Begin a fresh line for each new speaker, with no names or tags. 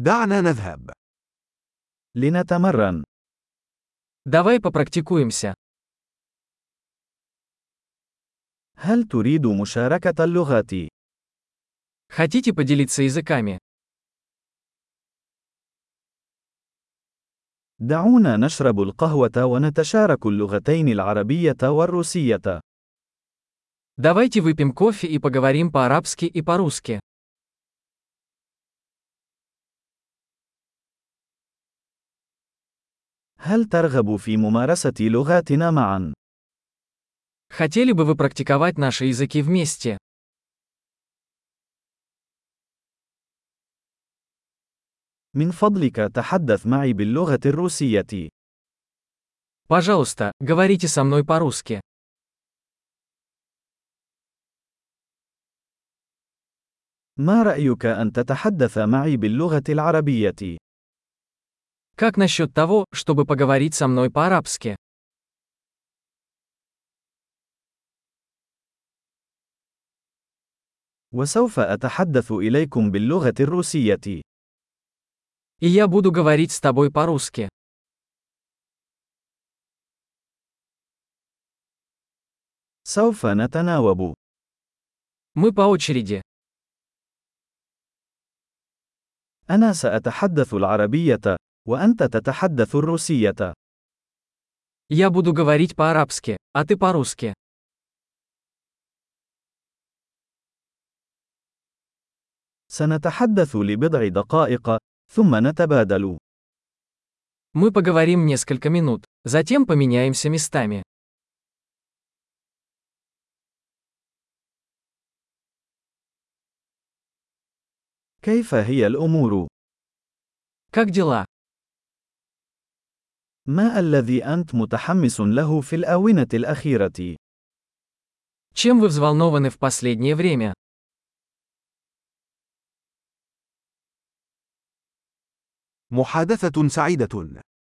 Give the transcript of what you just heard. دعنا نذهب.
لنتمرن.
Давай попрактикуемся.
هل تريد مشاركة اللغات؟
Хотите поделиться языками?
دعونا نشرب القهوة ونتشارك اللغتين العربية والروسية.
Давайте выпьем кофе и поговорим по-арабски и по-русски.
هل ترغب في ممارسة لغاتنا معا؟
Хотели бы вы практиковать наши языки вместе?
من فضلك تحدث معي باللغة الروسية.
Пожалуйста, говорите со мной по-русски.
ما رأيك أن تتحدث معي باللغة العربية؟
Как насчет того, чтобы поговорить со мной по-арабски?
وسوف أتحدث إليكم باللغة الروسية.
И я буду говорить с тобой по-русски.
سوف نتناوب.
Мы по очереди.
أنا سأتحدث العربية، وأنت تتحدث الروسية.
Я буду говорить по-арабски, а ты по-русски.
سنتحدث لبضع دقائق، ثم نتبادل.
Мы поговорим несколько минут, затем поменяемся местами.
كيف هي الأمور؟
Как дела?
ما الذي أنت متحمس له في الآونة الأخيرة؟
Чем вы взволнованы в последнее время?
محادثة سعيدة.